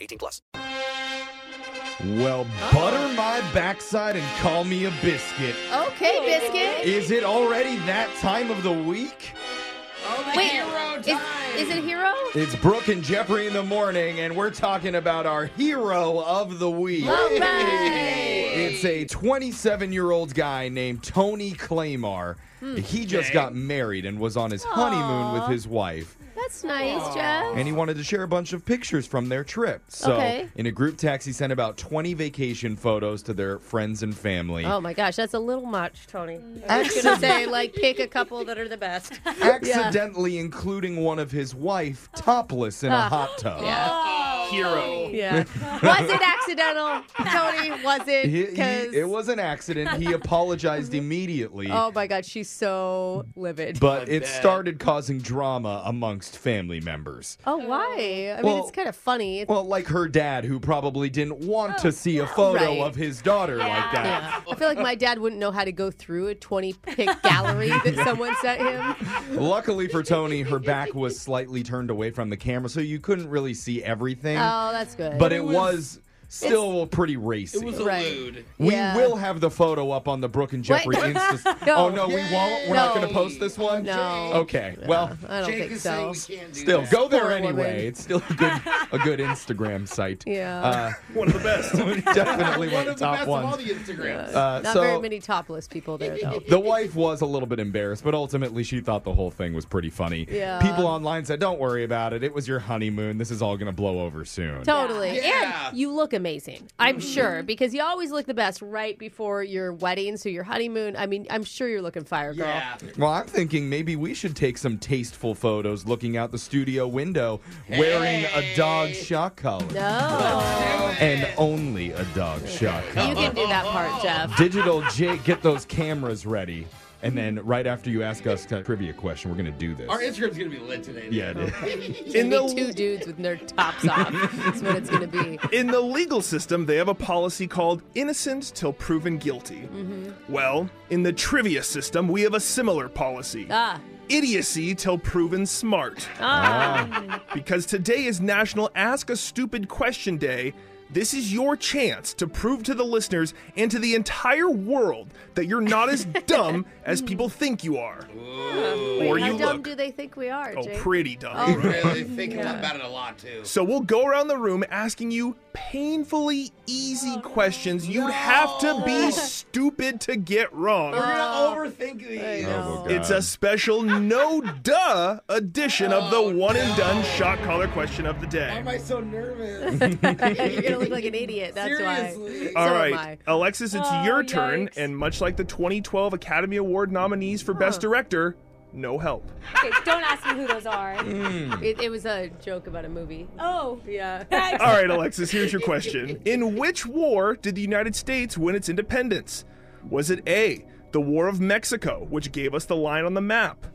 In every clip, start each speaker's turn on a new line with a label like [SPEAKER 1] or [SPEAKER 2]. [SPEAKER 1] 18 plus.
[SPEAKER 2] Well, butter my backside and call me a biscuit.
[SPEAKER 3] Okay, biscuit.
[SPEAKER 2] Is it already that time of the week?
[SPEAKER 3] Wait, is, is it hero?
[SPEAKER 2] It's Brooke and Jeffrey in the morning, and we're talking about our hero of the week.
[SPEAKER 3] All right.
[SPEAKER 2] It's a 27 year old guy named Tony Claymore.
[SPEAKER 3] Hmm.
[SPEAKER 2] He just got married and was on his honeymoon with his wife.
[SPEAKER 3] That's nice, Jeff.
[SPEAKER 2] And he wanted to share a bunch of pictures from their trip. So,
[SPEAKER 3] Okay.
[SPEAKER 2] in a group text, he sent about 20 vacation photos to their friends and family.
[SPEAKER 4] Oh my gosh, that's a little much, Tony.
[SPEAKER 3] I was gonna say, like, pick a couple that are the best.
[SPEAKER 2] accidentally including one of his wife topless in a hot tub.
[SPEAKER 5] Hero.
[SPEAKER 4] Yeah.
[SPEAKER 3] Was it accidental, Tony? Was it?
[SPEAKER 2] He- he-
[SPEAKER 3] 'Cause-
[SPEAKER 2] it was an accident. He apologized immediately.
[SPEAKER 3] Oh my God, she's so livid.
[SPEAKER 2] But it started causing drama amongst family members.
[SPEAKER 3] oh, why? I mean,
[SPEAKER 2] Well-
[SPEAKER 3] it's kind of funny. It's-
[SPEAKER 2] Well, like her dad, who probably didn't want to see a photo
[SPEAKER 3] Oh, Right.
[SPEAKER 2] of his daughter like that.
[SPEAKER 3] I feel like my dad wouldn't know how to go through a 20 pic gallery that someone sent him.
[SPEAKER 2] Luckily for Tony, her back was slightly turned away from the camera, so you couldn't really see everything.
[SPEAKER 3] Oh, that's good.
[SPEAKER 2] but it was still pretty racy.
[SPEAKER 5] It was a
[SPEAKER 3] Right.
[SPEAKER 5] lewd.
[SPEAKER 2] We
[SPEAKER 3] Yeah.
[SPEAKER 2] will have the photo up on the Brooke and
[SPEAKER 3] What?
[SPEAKER 2] Jeffrey Insta.
[SPEAKER 3] No.
[SPEAKER 2] Oh no, we won't. We're not
[SPEAKER 3] No.
[SPEAKER 2] going to post this one.
[SPEAKER 3] No.
[SPEAKER 2] Okay. Well,
[SPEAKER 3] I don't
[SPEAKER 5] Jake
[SPEAKER 3] think
[SPEAKER 5] is
[SPEAKER 3] so.
[SPEAKER 5] saying we can't do
[SPEAKER 2] still
[SPEAKER 5] that.
[SPEAKER 2] go there
[SPEAKER 3] Poor
[SPEAKER 2] anyway.
[SPEAKER 3] woman.
[SPEAKER 2] It's still a good, a good Instagram site.
[SPEAKER 3] Yeah.
[SPEAKER 2] Uh,
[SPEAKER 5] One of the best.
[SPEAKER 2] definitely one
[SPEAKER 5] one
[SPEAKER 2] of the
[SPEAKER 5] best
[SPEAKER 2] top
[SPEAKER 5] of all
[SPEAKER 2] ones.
[SPEAKER 5] the Instagrams.
[SPEAKER 2] Uh,
[SPEAKER 3] Not
[SPEAKER 2] so
[SPEAKER 3] very many topless people there, though.
[SPEAKER 2] the wife was a little bit embarrassed, but ultimately she thought the whole thing was pretty funny.
[SPEAKER 3] Yeah.
[SPEAKER 2] People online said, "Don't worry about it. It was your honeymoon. This is all going to blow over soon."
[SPEAKER 4] Totally.
[SPEAKER 5] Yeah.
[SPEAKER 4] And you
[SPEAKER 3] You look amazing, I'm sure, because you always look the best right before your wedding, so your honeymoon. I mean, I'm sure you're looking fire, girl.
[SPEAKER 5] yeah.
[SPEAKER 2] Well, I'm thinking maybe we should take some tasteful photos looking out the studio window wearing a dog shock collar.
[SPEAKER 3] Oh,
[SPEAKER 2] and only a dog shot.
[SPEAKER 3] you can do that part, Jeff.
[SPEAKER 2] Digital Jake, get those cameras ready. And then right after you ask us a trivia question, we're going to do this.
[SPEAKER 5] Our Instagram's gonna be lit today.
[SPEAKER 2] yeah, it is.
[SPEAKER 6] In
[SPEAKER 3] Be
[SPEAKER 6] the
[SPEAKER 3] two dudes with their tops off. That's what it's going to be.
[SPEAKER 6] in the legal system, they have a policy called innocent till proven guilty.
[SPEAKER 3] Mm-hmm.
[SPEAKER 6] Well, in the trivia system, we have a similar policy.
[SPEAKER 3] Ah,
[SPEAKER 6] Idiocy till proven smart.
[SPEAKER 3] Ah.
[SPEAKER 6] Because today is National Ask a Stupid Question Day. This is your chance to prove to the listeners and to the entire world that you're not as dumb as people think you are. or
[SPEAKER 3] how
[SPEAKER 6] you
[SPEAKER 3] dumb
[SPEAKER 6] look.
[SPEAKER 3] do they think we are,
[SPEAKER 6] oh,
[SPEAKER 3] Jake?
[SPEAKER 6] pretty dumb.
[SPEAKER 3] Oh.
[SPEAKER 5] Really thinking about it a lot too.
[SPEAKER 6] So we'll go around the room asking you painfully
[SPEAKER 4] Oh,
[SPEAKER 6] easy questions you'd have to be stupid to get wrong.
[SPEAKER 7] Oh.
[SPEAKER 5] We're
[SPEAKER 4] Oh,
[SPEAKER 5] gonna overthink these.
[SPEAKER 2] Oh,
[SPEAKER 6] It's a special no duh
[SPEAKER 4] Oh,
[SPEAKER 6] edition of the one and done shot collar question of the day.
[SPEAKER 5] Why am I so nervous?
[SPEAKER 3] You're going
[SPEAKER 4] to look like an idiot. That's why.
[SPEAKER 5] Seriously.
[SPEAKER 6] All
[SPEAKER 4] so
[SPEAKER 6] right,
[SPEAKER 4] Am I.
[SPEAKER 6] Alexis, it's
[SPEAKER 4] Oh,
[SPEAKER 6] your turn,
[SPEAKER 4] yikes.
[SPEAKER 6] and much like the 2012 Academy Award nominees for Best Director, no help.
[SPEAKER 7] Okay, don't ask me who those are.
[SPEAKER 4] It, it was a joke about a movie.
[SPEAKER 7] Oh.
[SPEAKER 4] Yeah.
[SPEAKER 6] All right, Alexis, here's your question. In which war did the United States win its independence? Was it A, the War of Mexico, which gave us the line on the map?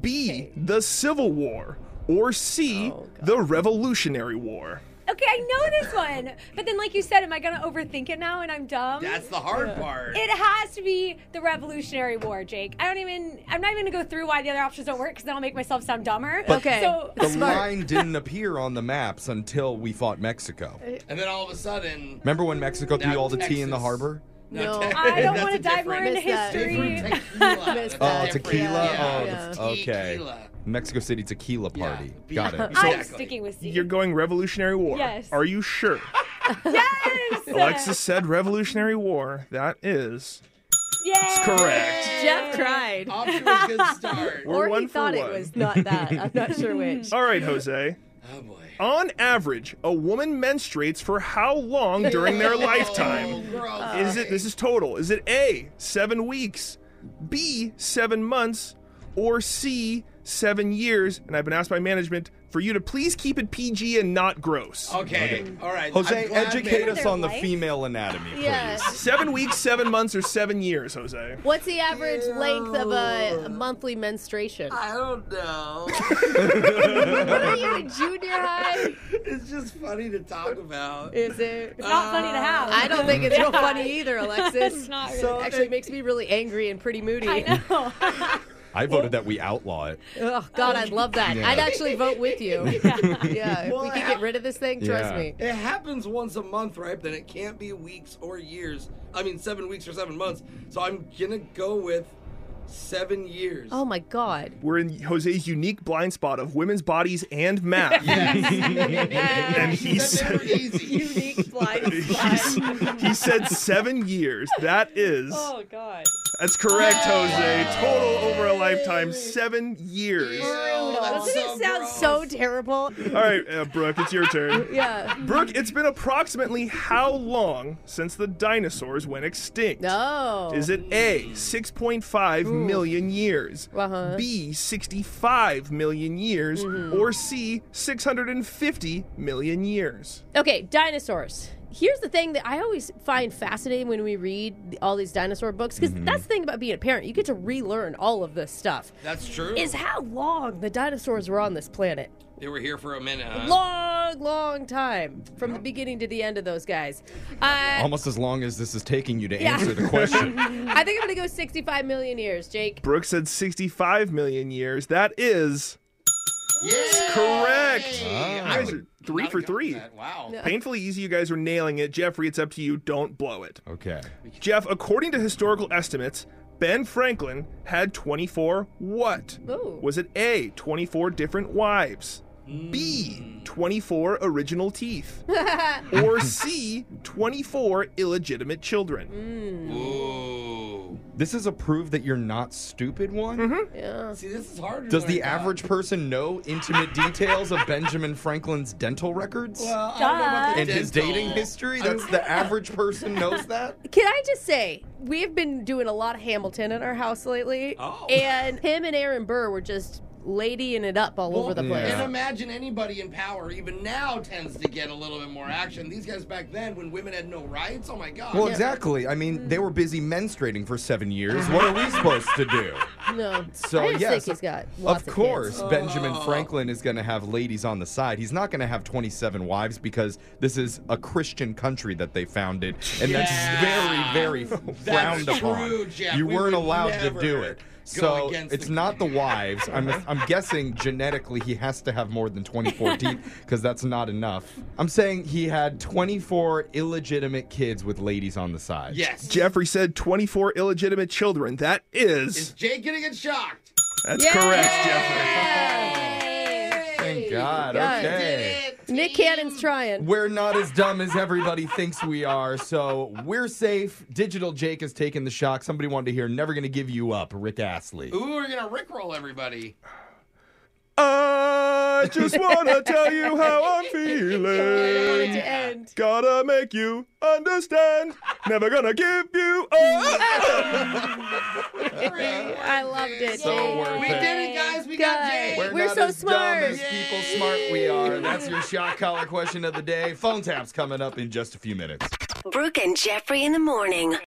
[SPEAKER 6] B, the Civil War? Or C,
[SPEAKER 4] Oh,
[SPEAKER 6] the Revolutionary War?
[SPEAKER 7] Okay, I know this one. But then, like you said, am I going to overthink it now and I'm dumb?
[SPEAKER 5] That's the hard part.
[SPEAKER 7] It has to be the Revolutionary War, Jake. I don't even. I'm not even gonna go through why the other options don't work because then I'll make myself sound dumber.
[SPEAKER 4] Okay.
[SPEAKER 7] So
[SPEAKER 2] The line didn't appear on the maps until we fought Mexico.
[SPEAKER 5] And then all of a sudden,
[SPEAKER 2] Remember when Mexico threw
[SPEAKER 5] Now
[SPEAKER 2] all the tea in the
[SPEAKER 5] Uh, Texas.
[SPEAKER 2] harbor?
[SPEAKER 5] no,
[SPEAKER 7] I don't
[SPEAKER 5] that's
[SPEAKER 7] want
[SPEAKER 5] a
[SPEAKER 7] to dive more
[SPEAKER 5] different-
[SPEAKER 7] into
[SPEAKER 4] Miss that.
[SPEAKER 7] history.
[SPEAKER 5] Different tequila. That's
[SPEAKER 2] Oh,
[SPEAKER 5] different.
[SPEAKER 2] tequila.
[SPEAKER 5] Uh, Yeah,
[SPEAKER 2] Oh,
[SPEAKER 4] yeah.
[SPEAKER 2] the- okay.
[SPEAKER 5] Tequila.
[SPEAKER 2] Mexico City tequila party.
[SPEAKER 5] Yeah.
[SPEAKER 2] Got it.
[SPEAKER 7] I'm
[SPEAKER 5] Exactly.
[SPEAKER 7] sticking with C.
[SPEAKER 6] You're going Revolutionary War.
[SPEAKER 7] Yes.
[SPEAKER 6] Are you sure?
[SPEAKER 7] yes.
[SPEAKER 6] Alexis said Revolutionary War. That is
[SPEAKER 7] Yay.
[SPEAKER 6] correct.
[SPEAKER 4] Jeff cried.
[SPEAKER 5] Off to a good start.
[SPEAKER 6] We're
[SPEAKER 4] or
[SPEAKER 6] one
[SPEAKER 4] he
[SPEAKER 6] for
[SPEAKER 4] thought
[SPEAKER 6] one.
[SPEAKER 4] it was not that. I'm not sure which.
[SPEAKER 6] All right, Jose.
[SPEAKER 5] Oh boy.
[SPEAKER 6] On average, a woman menstruates for how long during their lifetime?
[SPEAKER 5] Oh, gross.
[SPEAKER 7] Uh.
[SPEAKER 6] Is it this is total? Is it A, seven weeks, B, seven months, or C, seven years? And I've been asked by management for you to please keep it PG and not gross.
[SPEAKER 7] Oh.
[SPEAKER 5] Okay. All right.
[SPEAKER 2] Jose,
[SPEAKER 5] I'm glad
[SPEAKER 2] educate
[SPEAKER 5] they-
[SPEAKER 2] us on the
[SPEAKER 7] life.
[SPEAKER 2] female anatomy, please.
[SPEAKER 6] Seven weeks, seven months, or seven years, Jose.
[SPEAKER 4] What's the average length of a monthly menstruation?
[SPEAKER 5] I don't know.
[SPEAKER 4] What are you in junior high?
[SPEAKER 5] it's just funny to talk about.
[SPEAKER 4] Is it?
[SPEAKER 7] Not funny to have.
[SPEAKER 4] I don't think it's real funny either, Alexis.
[SPEAKER 7] It's not really.
[SPEAKER 4] It actually makes me really angry and pretty moody.
[SPEAKER 7] I know.
[SPEAKER 2] I voted that we outlaw it.
[SPEAKER 4] Oh God, I'd love that. I'd actually vote with you. yeah, if we could get rid of this thing, trust
[SPEAKER 2] Yeah.
[SPEAKER 4] me.
[SPEAKER 5] It happens once a month, right? But Then it can't be weeks or years. I mean, seven weeks or seven months. So I'm gonna go with seven years.
[SPEAKER 4] Oh my God.
[SPEAKER 6] We're in Jose's unique blind spot of women's bodies and math. and he
[SPEAKER 5] That's
[SPEAKER 6] said,
[SPEAKER 5] never easy.
[SPEAKER 4] Unique blind
[SPEAKER 6] he said seven years. That is
[SPEAKER 7] Oh God. Oh.
[SPEAKER 6] that's correct, Jose. Total over a lifetime, seven years.
[SPEAKER 5] Oh, that's
[SPEAKER 4] Doesn't
[SPEAKER 5] so
[SPEAKER 4] it sound
[SPEAKER 5] gross.
[SPEAKER 4] so terrible?
[SPEAKER 6] All right, uh, Brooke, it's your turn.
[SPEAKER 4] Yeah.
[SPEAKER 6] Brooke, it's been approximately how long since the dinosaurs went extinct?
[SPEAKER 4] No.
[SPEAKER 6] Is it A, 6.5 million years, B, 65 million years, or C, 650 million years?
[SPEAKER 4] Okay, dinosaurs. Here's the thing that I always find fascinating when we read the- all these dinosaur books, because that's the thing about being a parent. You get to relearn all of this stuff.
[SPEAKER 5] That's true.
[SPEAKER 4] Is how long the dinosaurs were on this planet.
[SPEAKER 5] they were here for a minute. Huh?
[SPEAKER 4] Long, long time from the beginning to the end of those guys. Uh,
[SPEAKER 2] Almost as long as this is taking you to
[SPEAKER 4] Yeah.
[SPEAKER 2] answer the question.
[SPEAKER 4] I think I'm going to go 65 million years, Jake.
[SPEAKER 6] Brooke said 65 million years. That is
[SPEAKER 5] Yeah.
[SPEAKER 6] correct.
[SPEAKER 5] Hey,
[SPEAKER 6] You
[SPEAKER 5] I
[SPEAKER 6] guys
[SPEAKER 5] would
[SPEAKER 6] are three
[SPEAKER 5] not
[SPEAKER 6] for
[SPEAKER 5] have gotten
[SPEAKER 6] three.
[SPEAKER 5] that. Wow.
[SPEAKER 6] Painfully easy. You guys are nailing it. Jeffrey, it's up to you. Don't blow it.
[SPEAKER 2] okay.
[SPEAKER 6] Jeff, according to historical estimates, Ben Franklin had 24 what?
[SPEAKER 4] Ooh.
[SPEAKER 6] Was it A, 24 different wives? B, 24 original teeth? or C, 24 illegitimate children?
[SPEAKER 5] Ooh.
[SPEAKER 2] This is a prove that you're not stupid one?
[SPEAKER 5] See, this is harder.
[SPEAKER 2] Does
[SPEAKER 5] than
[SPEAKER 2] the
[SPEAKER 5] I thought.
[SPEAKER 2] average person know intimate details of Benjamin Franklin's dental records?
[SPEAKER 5] Well, I don't know about the
[SPEAKER 2] and his
[SPEAKER 5] dental.
[SPEAKER 2] dating history? That's the average person knows that?
[SPEAKER 4] Can I just say, we've been doing a lot of Hamilton in our house lately.
[SPEAKER 5] Oh.
[SPEAKER 4] And him and Aaron Burr were just ladying it up all over the
[SPEAKER 2] yeah.
[SPEAKER 4] place.
[SPEAKER 5] And imagine anybody in power even now tends to get a little bit more action. These guys back then, when women had no rights, oh my god.
[SPEAKER 2] Well, exactly. I mean, they were busy menstruating for seven years. What are we supposed to do?
[SPEAKER 4] No.
[SPEAKER 2] So,
[SPEAKER 4] I just think
[SPEAKER 2] yes,
[SPEAKER 4] he's got lots
[SPEAKER 2] of
[SPEAKER 4] of
[SPEAKER 2] course,
[SPEAKER 4] kids. Oh.
[SPEAKER 2] Benjamin Franklin is going to have ladies on the side. He's not going to have 27 wives because this is a Christian country that they founded, and
[SPEAKER 5] Yeah.
[SPEAKER 2] that's very, very
[SPEAKER 5] That's
[SPEAKER 2] frowned upon.
[SPEAKER 5] true, Jeff.
[SPEAKER 2] You
[SPEAKER 5] We
[SPEAKER 2] weren't
[SPEAKER 5] would
[SPEAKER 2] allowed to
[SPEAKER 5] never
[SPEAKER 2] do it.
[SPEAKER 5] go
[SPEAKER 2] So
[SPEAKER 5] against
[SPEAKER 2] it's
[SPEAKER 5] the-
[SPEAKER 2] not the wives. I'm, I'm guessing genetically he has to have more than 24 teeth because that's not enough. I'm saying he had 24 illegitimate kids with ladies on the side.
[SPEAKER 5] yes.
[SPEAKER 6] Jeffrey said 24 illegitimate children. That
[SPEAKER 5] Is
[SPEAKER 6] is.
[SPEAKER 5] Jake gonna get shocked?
[SPEAKER 6] That's correct, Jeffrey.
[SPEAKER 2] Thank God.
[SPEAKER 4] Yeah.
[SPEAKER 2] Okay.
[SPEAKER 4] Nick Cannon's trying.
[SPEAKER 2] We're not as dumb as everybody thinks we are, so we're safe. Digital Jake has taken the shock. Somebody wanted to hear Never Gonna Give You Up, Rick Astley.
[SPEAKER 5] Ooh, we're gonna rickroll everybody.
[SPEAKER 6] I I just wanna tell you how I'm feeling.
[SPEAKER 3] to end.
[SPEAKER 6] Gotta make you understand. Never gonna give you up.
[SPEAKER 3] I loved it.
[SPEAKER 2] So worth
[SPEAKER 5] We
[SPEAKER 2] it.
[SPEAKER 5] did it, guys. We got Jay.
[SPEAKER 2] We're,
[SPEAKER 3] We're
[SPEAKER 2] not
[SPEAKER 3] so
[SPEAKER 2] as
[SPEAKER 3] smart.
[SPEAKER 2] Dumb as people smart we are. That's your shot collar question of the day. Phone taps coming up in just a few minutes.
[SPEAKER 8] Brooke and Jeffrey in the morning.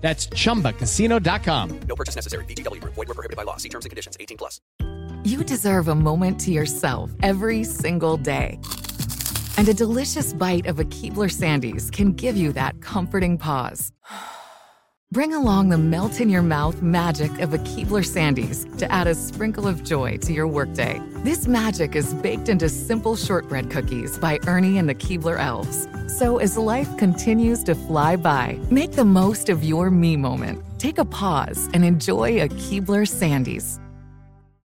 [SPEAKER 9] That's chumbacasino.com.
[SPEAKER 1] No purchase necessary. VGW Group. Void were prohibited by law. See terms and conditions. 18 plus.
[SPEAKER 10] You deserve a moment to yourself every single day. And a delicious bite of a Keebler Sandies can give you that comforting pause. Bring along the melt in your mouth magic of a Keebler Sandies to add a sprinkle of joy to your workday. This magic is baked into simple shortbread cookies by Ernie and the Keebler Elves. So as life continues to fly by, make the most of your me moment. Take a pause and enjoy a Keebler Sandies.